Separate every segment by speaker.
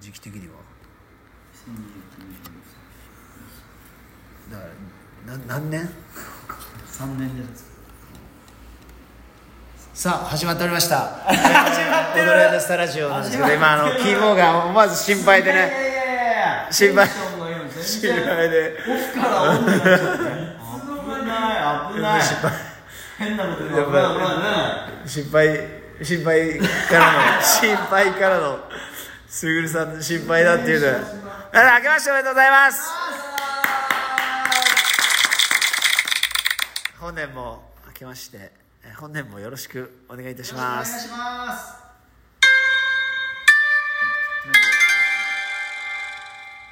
Speaker 1: 時期的にはだからな何年
Speaker 2: 3年じゃないですか
Speaker 1: さあ始まっておりました始まってる踊れのスタラジオなんですけど今あのキーボーが思わず心配で
Speaker 2: いやい
Speaker 1: ね
Speaker 2: やいやいや
Speaker 1: 心配
Speaker 2: テンションが今全
Speaker 1: 心
Speaker 2: 然
Speaker 1: 配で
Speaker 2: オフからオンになっちゃった危ない危ない変なこと言う危ない危ないね
Speaker 1: 心配心配からの心配からのすぐるさんの心配だっていうのはあ明けましておめでとうございます本年も明けましてえ本年もよろしくお願いいたし
Speaker 2: お願
Speaker 1: ま
Speaker 2: い
Speaker 1: す
Speaker 2: します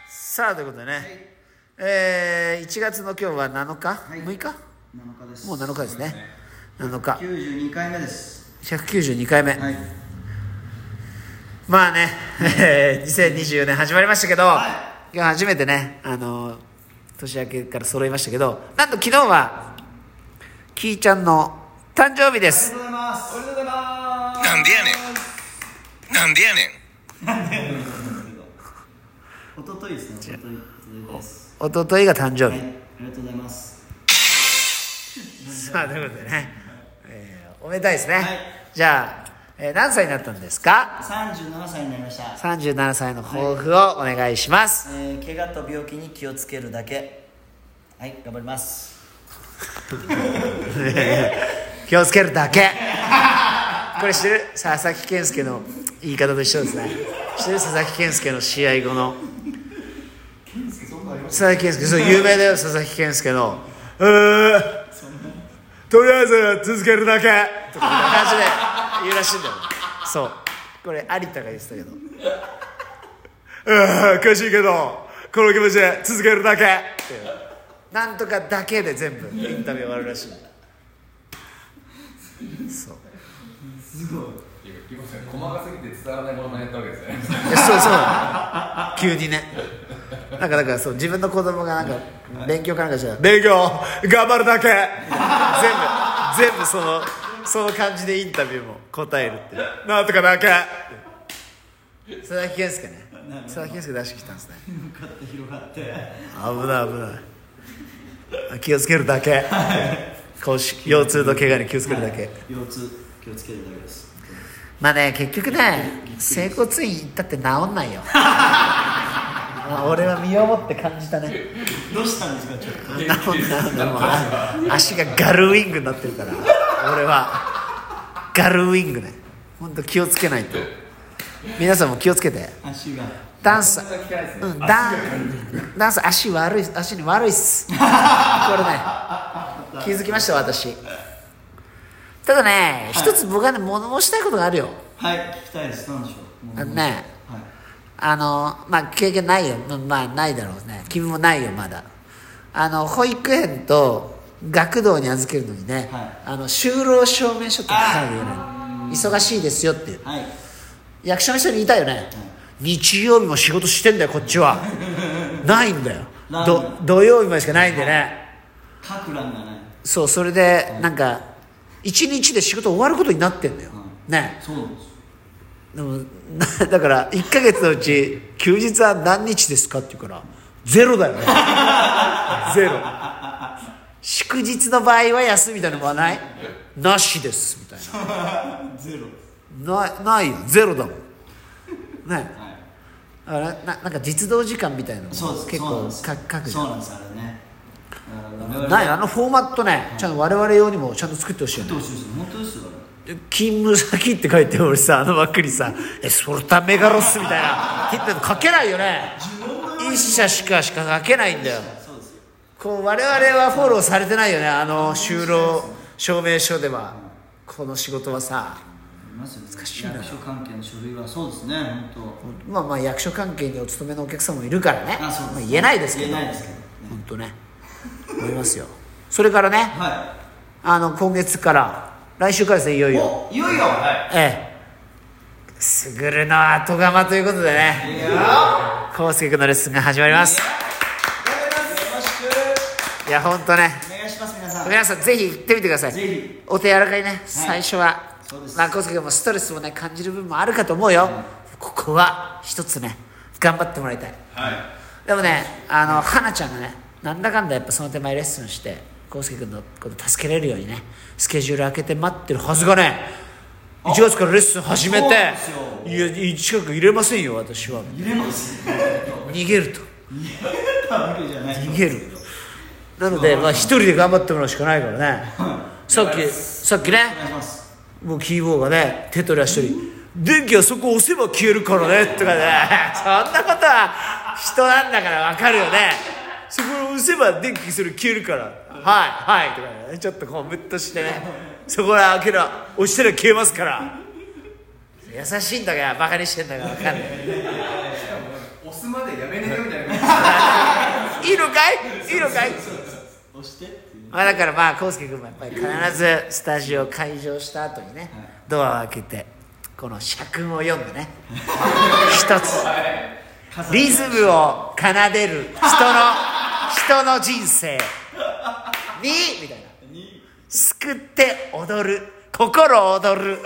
Speaker 1: さあということでね、えー1月の今日は7日、
Speaker 2: い
Speaker 1: 6日
Speaker 2: 7日です
Speaker 1: もう7日ですね7日
Speaker 2: 92回目です
Speaker 1: 192回目、
Speaker 2: はい
Speaker 1: まあね、 えー2024年始まりましたけど、
Speaker 2: はい
Speaker 1: 今日初めてね、あのー年明けから揃いましたけど、なんと昨日は、きーちゃんの誕生日で
Speaker 2: あり
Speaker 1: す。
Speaker 2: がとうございますおめでとうございます
Speaker 3: なんでやねんなんでやねん
Speaker 2: おとといですねおとといおとと
Speaker 1: 一昨
Speaker 2: いです
Speaker 1: 日が誕生
Speaker 2: はい
Speaker 1: 日。
Speaker 2: ありがとうございます
Speaker 1: さあ、ということでね、えーおめでたいですね。
Speaker 2: はい
Speaker 1: じゃあ、えー何歳になったんですか
Speaker 2: 37歳になりました、
Speaker 1: ?37 歳の抱負をお願いします。
Speaker 2: えー、怪我と病気に気をつけるだけはい頑張ります
Speaker 1: 気をつけるだけ。これ知ってる佐々木健介の言い方と一緒ですね。知ってる佐々木健介の試合後の。佐々木健介そう有名だよ佐々木健介の「うーとりあえず続けるだけ」とかいう感じで言うらしいんだよそうこれ有田が言ってたけど「うー悔しいけどこの気持ちで続けるだけ」っていうなんとかだけで全部インタビュー終わるらしいそう
Speaker 4: いますね細かすぎて伝わらないものまねやったわけですね
Speaker 1: いやそうそう急にねなんかだからそう自分の子供がなんか勉強かなんかじゃ勉強頑張るだけ全部全部そのその感じでインタビューも答えるっていうなんとかだけ佐々木健介ね佐々木健介出してきたんですね
Speaker 2: 向かって広がって
Speaker 1: 危ない危ない気をつけるだけ腰腰痛と怪我に気をつけるだけ、
Speaker 2: 腰痛気をつけるだけです
Speaker 1: まあね結局ね整骨院行ったって治んないよまあ俺は身をもって感じたね
Speaker 2: どうしたんですかちょっ
Speaker 1: 治んないでもあ足がガルウィングになってるから俺はガルウィングね本当気をつけないと皆さんも気をつけて
Speaker 2: と足が
Speaker 1: ダンス
Speaker 4: そんな聞かないですね
Speaker 1: うんダンダンス足悪い足に悪いっすこれね気づきました私ただね一つ僕はね物申したいことがあるよ
Speaker 2: はい聞きたいですなんでしょうもう
Speaker 1: あのね
Speaker 2: はい
Speaker 1: あのまあ経験ないよままあないだろうね君もないよまだあの保育園と学童に預けるのにね、
Speaker 2: はい
Speaker 1: あの就労証明書って書かれるよね忙しいですよっていう
Speaker 2: はい
Speaker 1: 役所の人に言いたいよね、日曜日も仕事してんだよこっち はないんだよ
Speaker 2: なんだ
Speaker 1: ど土曜日までしかないんでね、
Speaker 2: 書く欄がない
Speaker 1: そうそれでなんか一日で仕事終わることになってんだよ、
Speaker 2: う
Speaker 1: ね
Speaker 2: そうなんです
Speaker 1: でも なだから1か月のうち休日は何日ですかって言うからゼロだよね ゼロ祝日の場合は休みみたいなのもないなしですみたい
Speaker 2: ゼロ
Speaker 1: ななないよゼロだもんね
Speaker 2: はい
Speaker 1: あれななんか実動時間みたいなのも
Speaker 2: そうです
Speaker 1: 結
Speaker 2: そうなん
Speaker 1: 構
Speaker 2: です
Speaker 1: か書くじ
Speaker 2: そ
Speaker 1: ゃ
Speaker 2: うんなんですあれねだから
Speaker 1: ないあのフォーマットねちゃんと我々用にもちゃんと作ってほしいよね
Speaker 2: どうしよう本当ですよ
Speaker 1: 勤務先って書いて俺さあのばっくりさ「えソルタメガロス」みたいな切っても書けないよね一社しかしか書けないんだよ
Speaker 2: あれそうですよ
Speaker 1: こう我々はフォローされてないよねあの就労証明書ではこの仕事はさ
Speaker 2: ありますよね
Speaker 1: しいな
Speaker 2: 役所関係の書類はそうですね本
Speaker 1: まあまあ役所関係にお勤めのお客さんもいるからね
Speaker 2: 当あそうです
Speaker 1: まあ言えないですけど
Speaker 2: 言えな
Speaker 1: 本
Speaker 2: いですけど
Speaker 1: 当ね思いますよそれからね
Speaker 2: は
Speaker 1: あの今月から来週からですねいよい
Speaker 2: い
Speaker 1: よ
Speaker 2: おいよいよは
Speaker 1: ええすぐるの後釜ということでね
Speaker 2: いや
Speaker 1: 康介君のレッスンが始まります
Speaker 2: よろしく
Speaker 1: いやほんとね
Speaker 2: お願いします皆さん
Speaker 1: 皆さんぜひ行ってみてください
Speaker 2: ぜひ
Speaker 1: お手柔らかいね、最初は
Speaker 2: そうです
Speaker 1: まあ康介君もストレスもね感じる部分もあるかと思うよ、ここは一つね頑張ってもらいたい
Speaker 2: はい
Speaker 1: でもねあの花ちゃんがねなんだかんだやっぱその手前レッスンして康介君のこと助けれるようにねスケジュール開けて待ってるはずがね1月からレッスン始め
Speaker 2: そうなんで
Speaker 1: ていやい近く入れませんよ私は
Speaker 2: 入れます
Speaker 1: 逃げると
Speaker 2: たわけじゃない
Speaker 1: 逃げるなのでまあ一人で頑張ってもらうしかないからねさっきさっきね
Speaker 2: お願いします
Speaker 1: もうキーボーがね手取り足取り電気はそこ押せば消えるからねとかね そんなことは人なんだからわかるよねそこを押せば電気それ消えるからはいはいとかねちょっとこうムッとしてねそこら開けら押したら消えますから優しいんだからバカにしてんだからわかんない
Speaker 4: 押すまでやめねえよみたいない
Speaker 1: いのかいいいのかい
Speaker 2: 押してっていう
Speaker 1: まあだからまあ康介君もやっぱり必ずスタジオ開場した後にねドアを開けてこの社訓を読んでね一つリズムを奏でる人の人の人生にみたいな救って踊る心躍 る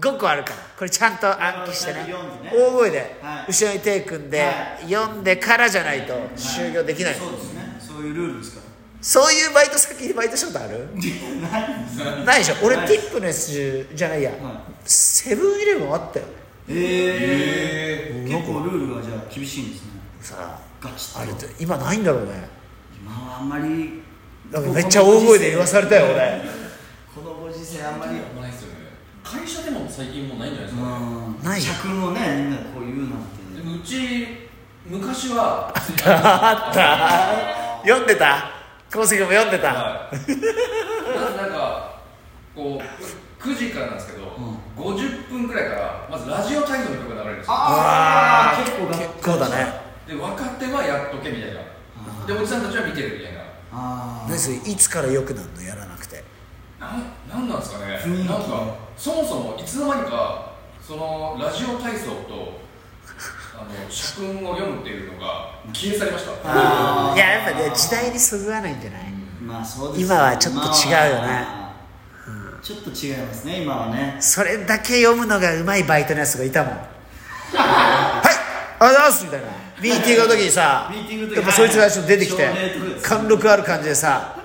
Speaker 1: 5個あるからこれちゃんと暗記してね
Speaker 2: 読んでね
Speaker 1: 大声で
Speaker 2: はい
Speaker 1: 後ろに手組んで
Speaker 2: は
Speaker 1: 読んでからじゃないと終了できない
Speaker 2: そうですねそういうルール ですか
Speaker 1: そういうバイト先でバイトしたことある
Speaker 2: らないんですね
Speaker 1: ないでしょ俺
Speaker 2: ない
Speaker 1: ティップネスじゃないや、セブンイレブンあったよ
Speaker 2: ええ結構ルールがじゃあ厳しいんですね
Speaker 1: さ
Speaker 2: ガチ
Speaker 1: あ
Speaker 2: ッ
Speaker 1: あれっ
Speaker 2: と
Speaker 1: て今ないんだろうね
Speaker 2: 今はあんまり
Speaker 1: なんかめっちゃ大声で言わされたよ俺
Speaker 2: このご時世あんまりう
Speaker 4: ないっすよね会社でも最近もうないんじゃないですか
Speaker 2: ん
Speaker 1: ない
Speaker 2: 社訓をねみんなこう言うなんて
Speaker 4: でもうち昔は
Speaker 1: あった読んでた昴生君も読んで た、
Speaker 4: はいまずなんかこう9時からなんですけど、50分くらいからまずラジオ体操の曲が流れるんですよ
Speaker 2: ああ
Speaker 1: あ
Speaker 2: 結構が
Speaker 1: 結構だね
Speaker 4: で若手はやっとけみたいなでおじさんたちは見てるみたいな
Speaker 2: あ
Speaker 1: 何それいつから良くなるのやらなくて
Speaker 4: なんなんなんですかね
Speaker 2: 雰囲気
Speaker 4: なんかそもそもいつの間にかそのラジオ体操とあの社訓を読むっていうのが消え去りました
Speaker 2: あー
Speaker 1: いややっぱね時代にそぐわないんじゃない、
Speaker 2: あまあそうです
Speaker 1: 今はちょっと違うよね
Speaker 2: まあちょっと違いますね今はね
Speaker 1: それだけ読むのがうまいバイトのやつがいたもんはいありがとうございますみたいなミーティングの時にさ
Speaker 2: ミーティングの時
Speaker 1: やっぱそいつがちょっと出てきて
Speaker 2: はいはいはい
Speaker 1: 貫禄ある感じでさ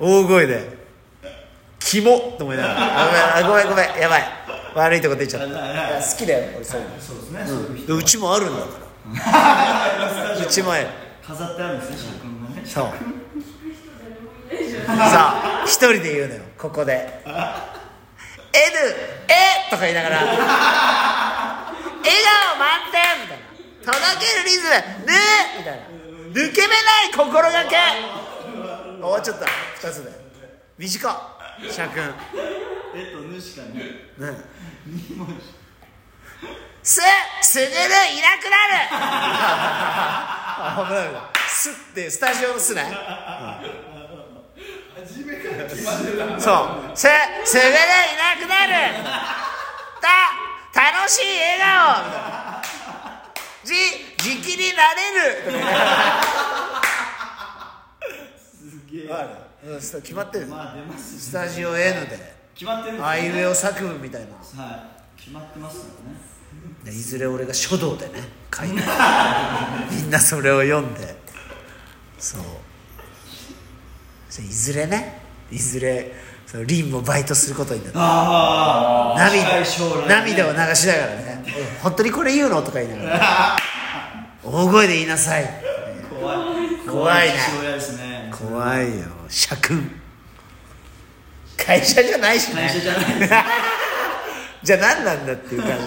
Speaker 1: 大声で「キモ!」と思いながら「あごめんあごめんごめんやばい悪いとこ出ちゃった」い
Speaker 2: はいはい
Speaker 1: や好きだよ俺そういうの
Speaker 2: そうですね、そういう
Speaker 1: で
Speaker 2: 人
Speaker 1: うちもあるんだからうちもある
Speaker 2: 飾ってあるんですね社訓がね
Speaker 1: そう さあ一人で言うのよここで「N え」とか言いながら「 笑顔満点」みたいな「届けるリズムぬ」みたいな「抜け目ない心がけ」終わっちゃった二つで短っ社訓
Speaker 2: えっとぬしかね
Speaker 1: ね
Speaker 2: 二文字
Speaker 1: すすぐるいなくなる危ない危ないすってスタジオのすね
Speaker 4: 初めから決まってた
Speaker 1: そう、す、すぐるいなくなる。た、楽しい笑顔。じ、じきになれる。
Speaker 2: すげえ
Speaker 1: うん、そう決まってる。
Speaker 2: まあ出ます
Speaker 1: ス
Speaker 2: し
Speaker 1: タジオ N で、
Speaker 2: 決まってるんです
Speaker 1: あ
Speaker 2: ね
Speaker 1: いうえお作文みたいな。
Speaker 2: はい決まってますよね
Speaker 1: でいずれ俺が書道でね、書い て。みんなそれを読んで。そう。それいずれね、いずれ、その凛もバイトすることになる。
Speaker 2: あ
Speaker 1: 涙
Speaker 2: 将来
Speaker 1: 涙を流しながらね「本当にこれ言うの?」とか言いながら「大声で言いなさい
Speaker 2: 怖い
Speaker 1: 怖いね
Speaker 2: 父親です」ね
Speaker 1: 怖いよ社訓会社じゃないしね
Speaker 2: 会社じゃないです
Speaker 1: じゃあ何なんだっていう感じ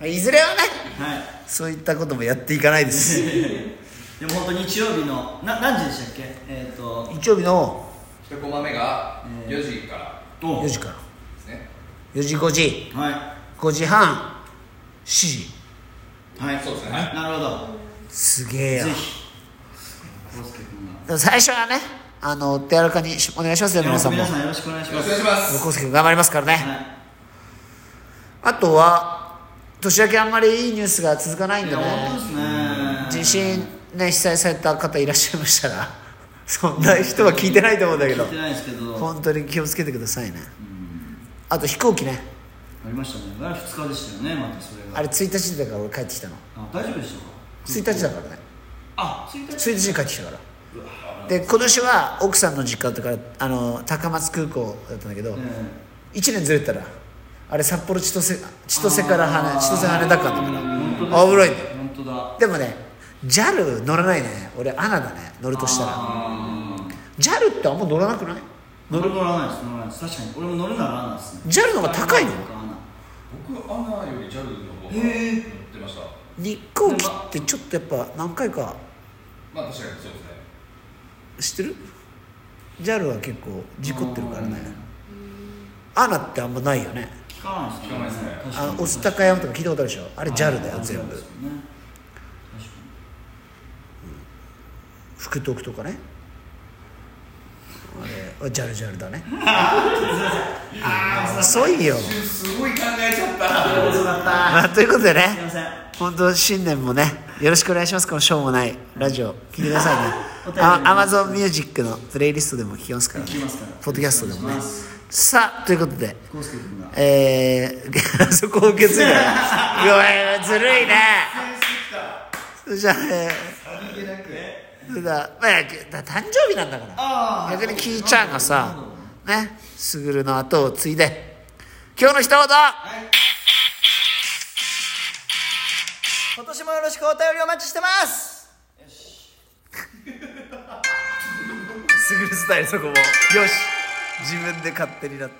Speaker 1: だいずれはね
Speaker 2: はい
Speaker 1: そういったこともやっていかないです
Speaker 2: でも本当日曜日のな何時でしたっけえっ、と
Speaker 1: 日曜日の
Speaker 4: 1コマ目が4時から
Speaker 1: 4
Speaker 2: 4
Speaker 1: 時から
Speaker 4: ですね
Speaker 1: 4時5時
Speaker 2: はい
Speaker 1: 5時半7時
Speaker 2: はい
Speaker 4: そうですねはい
Speaker 2: なるほど
Speaker 1: すげえよ
Speaker 2: ぜひ康介君が
Speaker 1: でも最初はねあの手柔らかにしお願いしますよ皆さんも
Speaker 2: 皆さんよろしくお願いし
Speaker 4: よろ
Speaker 2: ま
Speaker 4: し
Speaker 2: す
Speaker 4: くお願いします
Speaker 1: 康介君頑張りますからね、
Speaker 2: は
Speaker 1: あとは年明けあんまりいいニュースが続かない
Speaker 2: い
Speaker 1: ん
Speaker 2: い
Speaker 1: で
Speaker 2: や本当
Speaker 1: ね
Speaker 2: で
Speaker 1: 地
Speaker 2: すね
Speaker 1: 震ね被災された方いらっしゃいましたら そんな人は聞いてないと思うんだけど
Speaker 2: 聞いてないですけど
Speaker 1: 本当に気をつけてくださいねあと飛行機ね
Speaker 2: ありましたねあれ2日でしたよねまたそれが
Speaker 1: あれ1日だから俺帰ってきたの
Speaker 2: あ大丈夫でしたか
Speaker 1: 1日だからね
Speaker 2: あ1日
Speaker 1: 1日に帰ってきたからで今年は奥さんの実家だったからあの高松空港だったんだけど、
Speaker 2: え
Speaker 1: 1年ずれてたらあれ札幌千歳千歳から羽
Speaker 2: あー
Speaker 1: 千歳羽田間だから
Speaker 2: え本当
Speaker 1: 危ないんだよ
Speaker 2: 本当だ
Speaker 1: でもね JAL 乗らないね俺アナだね乗るとしたら
Speaker 2: あ
Speaker 1: JAL ってあんま乗らなくない
Speaker 2: ー俺も乗らないです乗らないです確かに俺も乗るならアナですね
Speaker 1: JAL の方が高いの
Speaker 4: 僕アナより JAL の方が乗っ
Speaker 2: へー
Speaker 4: てました
Speaker 1: 日光機ってちょっとやっぱ何回か
Speaker 4: まあ確かにそうですね
Speaker 1: 知ってる JAL は結構事故ってるからねアナってあんまないよね
Speaker 2: 聞かないですね
Speaker 4: 聞かないですね
Speaker 2: 確か
Speaker 1: あの
Speaker 2: に
Speaker 1: 御巣鷹山とか聞いたことあるでしょあれ JAL だよ全
Speaker 2: あ
Speaker 1: 部
Speaker 2: れですよね確かに
Speaker 1: 福徳とかねあれ JAL JAL だね遅いよ
Speaker 4: 一瞬 すごい考えちゃった
Speaker 2: ありがとうございました
Speaker 1: まあということです
Speaker 2: い
Speaker 1: ね
Speaker 2: ません
Speaker 1: 本当新年もねよろしくお願いしますこのしょうもないラジオ聞いてください ね
Speaker 2: お便り
Speaker 1: あアマゾンミュージックのプレイリストでも聞きますから,、ね、
Speaker 2: 聞きますから
Speaker 1: ポッドキャストでも
Speaker 2: お願
Speaker 1: ね
Speaker 2: いします
Speaker 1: さあということで
Speaker 2: 康介君が
Speaker 1: えー、 そこを受け継いだごめんずるいねそれじゃあねそれではまあだ誕生日なんだから逆にキーちゃんがさねすぐるの後を継いで今日の一言
Speaker 5: 今年もよろしくお便りお待ちしてます
Speaker 1: すぐるスタイルそこもよし自分で勝手になって